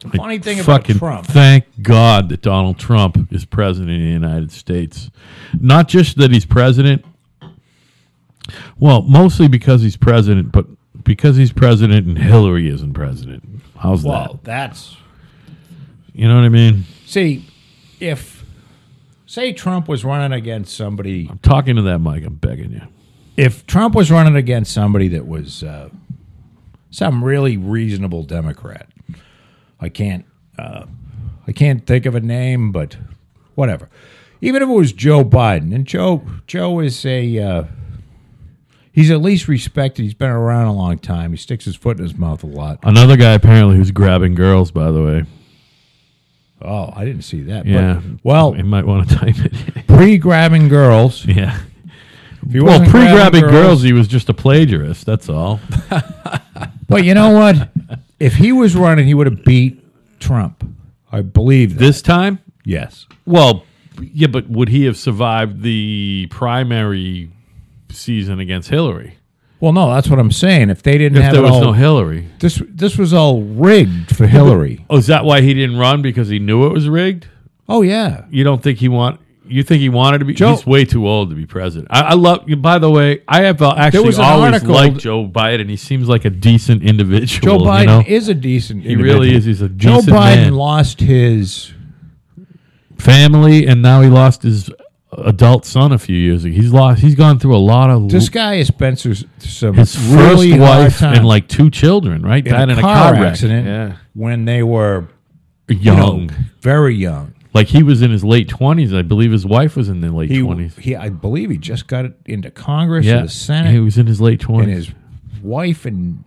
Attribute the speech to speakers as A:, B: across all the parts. A: The funny thing about
B: Fucking
A: Trump.
B: thank God that Donald Trump is president of the United States. Not just that he's president. Well, mostly because he's president, but because he's president and Hillary isn't president. How's
A: well, that's
B: that? You know what I mean?
A: see, if say Trump was running against somebody,
B: I'm talking to that mic. I'm begging you.
A: if Trump was running against somebody that was uh, some really reasonable Democrat, I can't, uh, I can't think of a name, but whatever. Even if it was Joe Biden, and Joe Joe is a, uh, he's at least respected. He's been around a long time. He sticks his foot in his mouth a lot.
B: Another guy apparently who's grabbing girls. By the way,
A: Oh, I didn't see that. but-
B: yeah.
A: well,
B: you might want to type it.
A: pre-grabbing girls.
B: yeah.
A: If he
B: Well,
A: wasn't
B: pre-grabbing girls, he was just a plagiarist. That's all.
A: But you know what? if he was running, he would have beat Trump. I believe that.
B: This time,
A: yes.
B: Well, yeah, but would he have survived the primary season against Hillary
A: Well, no, that's what I'm saying. If they didn't
B: if
A: have
B: there
A: it
B: was
A: all,
B: no Hillary?
A: this this was all rigged for Hillary.
B: Oh, is that why he didn't run because he knew it was rigged?
A: Oh yeah,
B: You don't think he want? You think he wanted to be?
A: Joe-
B: he's way too old to be president. I, I love. By the way, I have uh, actually
A: was an
B: always
A: article-
B: liked Joe Biden. He seems like a decent individual.
A: Joe Biden
B: you know?
A: is a decent.
B: He really is. He's a
A: Joe
B: decent
A: Biden
B: man.
A: lost his.
B: family, and now he lost his adult son a few years ago. He's lost. He's gone through a lot of
A: This guy has been through s- some
B: his
A: really
B: first
A: hard
B: wife
A: times.
B: and like two children, right?
A: in,
B: Died
A: a, car, accident when they were
B: Yeah.
A: you know,
B: Young.
A: very young.
B: Like he was in his late 20s. I believe his wife was in the late
A: He,
B: 20s.
A: he, I believe he just got into Congress or
B: Yeah.
A: the Senate.
B: He was in his late 20s.
A: and his wife and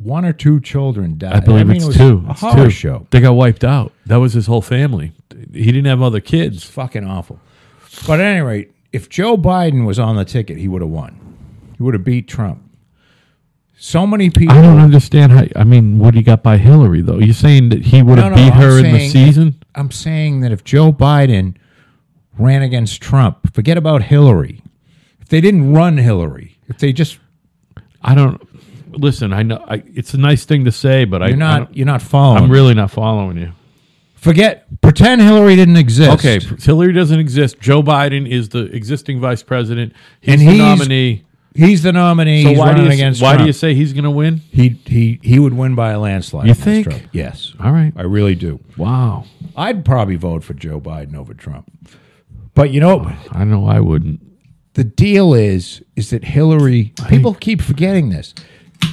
A: one or two children died.
B: I believe
A: mean,
B: it's
A: it was
B: two.
A: A
B: It's
A: horror
B: two.
A: show.
B: They got wiped out. That was his whole family. He didn't have other kids.
A: Fucking awful. But at any rate, if Joe Biden was on the ticket, he would have won. He would have beat Trump. So many people.
B: I don't understand how. I mean, what he got by Hillary, though. You're saying that he would
A: No,
B: have
A: no,
B: beat
A: I'm
B: her in the
A: saying-
B: season?
A: I'm saying that if Joe Biden ran against Trump, forget about Hillary. If they didn't run Hillary, if they just
B: I don't. Listen, I know I, it's a nice thing to say, but I,
A: you're
B: I
A: not
B: don't-
A: you're not following.
B: I'm really not following you.
A: forget pretend Hillary didn't exist.
B: Okay, Hillary doesn't exist. Joe Biden is the existing vice president. He's
A: And
B: the
A: he's-
B: nominee.
A: he's the nominee.
B: So
A: he's
B: why do
A: running
B: you
A: against
B: why do
A: Trump.
B: you say he's going to win?
A: He he he would win by a landslide.
B: You
A: against
B: think?
A: Trump. Yes,
B: All right.
A: I really do.
B: Wow.
A: I'd probably vote for Joe Biden over Trump. But you know,
B: I know I wouldn't.
A: the deal is is that Hillary. People keep forgetting this.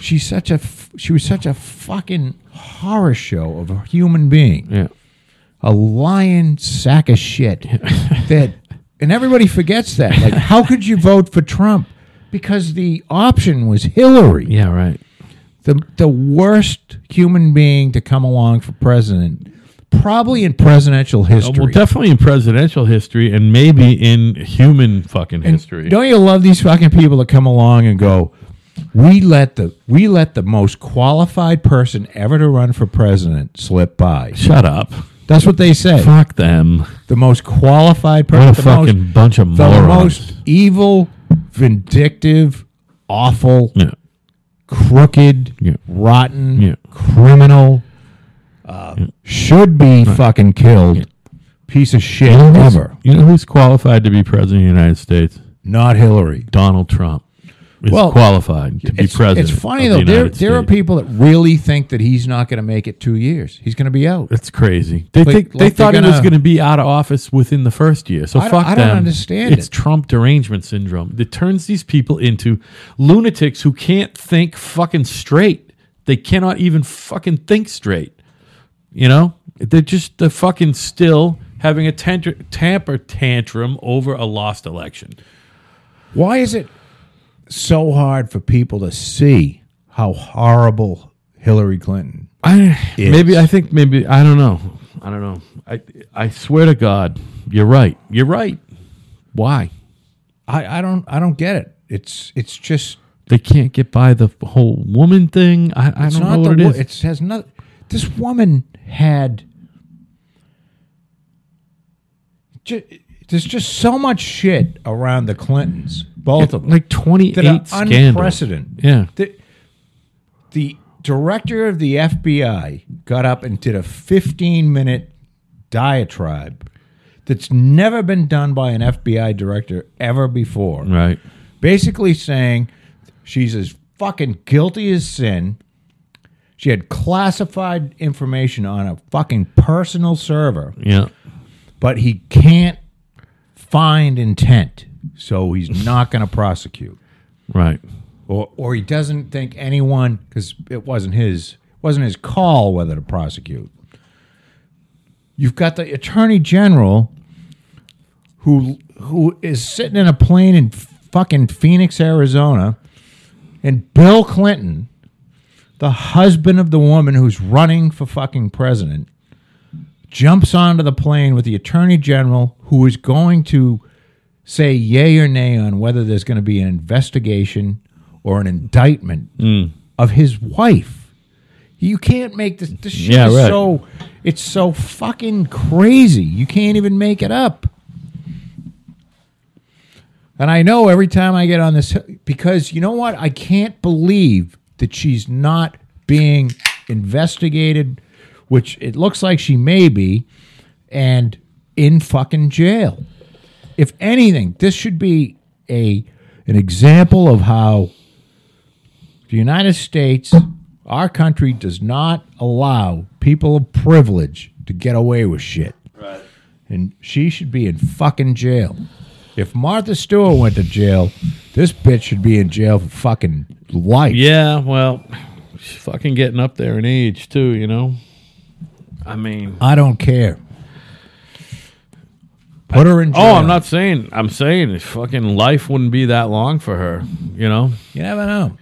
A: She's such a f- she was such a fucking horror show of a human being,
B: Yeah.
A: a lying sack of shit. that and everybody forgets that. Like, how could you vote for Trump? Because the option was Hillary.
B: Yeah, right.
A: the the worst human being to come along for president, probably in presidential history.
B: Well, definitely in presidential history and maybe in human fucking history.
A: Don't you love these fucking people that come along and go, "We let the we let the most qualified person ever to run for president slip by."
B: Shut up.
A: That's what they say.
B: Fuck them.
A: The most qualified person,
B: What a
A: the most-
B: fucking bunch of
A: the
B: morons.
A: most evil, vindictive, awful,
B: yeah.
A: crooked,
B: Yeah.
A: rotten,
B: Yeah.
A: criminal,
B: Um,
A: uh, should be fucking killed, piece of shit ever.
B: You know who's qualified to be president of the United States?
A: Not Hillary.
B: Donald Trump is
A: Well,
B: qualified to be
A: It's,
B: president.
A: it's funny
B: of
A: though.
B: The
A: there,
B: United
A: there are
B: States.
A: people that really think that he's not going to make it two years. He's going to be out.
B: That's crazy. They
A: Like-
B: think they
A: like
B: thought
A: they're
B: he was
A: gonna-
B: going to be out of office within the first year. So
A: I don't-
B: fuck
A: I don't
B: them.
A: understand
B: It's
A: it.
B: Trump derangement syndrome that turns these people into lunatics who can't think fucking straight. They cannot even fucking think straight. You know, they're just they're fucking still having a tantra, tamper tantrum over a lost election.
A: Why is it so hard for people to see how horrible Hillary Clinton?
B: I
A: Yes.
B: maybe I think maybe I don't know. I don't know. I I swear to God, you're right. You're right. Why?
A: I, I don't I don't get it. It's it's just
B: they can't get by the whole woman thing. I, I
A: It's
B: don't
A: not
B: know what it
A: the wo-
B: is.
A: It has nothing. This woman had. Ju- there's just so much shit around the Clintons, both of them,
B: like twenty
A: that are
B: eight scandals.
A: unprecedented.
B: Yeah,
A: The, the director of the FBI got up and did a 15 minute diatribe that's never been done by an FBI director ever before.
B: Right.
A: Basically saying she's as fucking guilty as sin. She had classified information on a fucking personal server,
B: Yeah.
A: but he can't find intent. So he's not going to prosecute
B: Right.
A: or or he doesn't think anyone because it wasn't his wasn't his call whether to prosecute. You've got the attorney general who who is sitting in a plane in fucking Phoenix, Arizona, and Bill Clinton, the husband of the woman who's running for fucking president, jumps onto the plane with the attorney general who is going to say yay or nay on whether there's going to be an investigation or an indictment
B: Hmm.
A: of his wife. You can't make this. This shit
B: Yeah,
A: is
B: right.
A: so. It's so fucking crazy. You can't even make it up. And I know every time I get on this because you know what? I can't believe that she's not being investigated, which it looks like she may be, and in fucking jail. If anything, this should be a an example of how the United States, our country, does not allow people of privilege to get away with shit. Right. And she should be in fucking jail. If Martha Stewart went to jail, this bitch should be in jail for fucking life.
B: Yeah. Well, she's fucking getting up there in age too. You know. I mean.
A: I don't care. Put her in jail.
B: Oh, I'm not saying. I'm saying fucking life wouldn't be that long for her. You know.
A: You never know.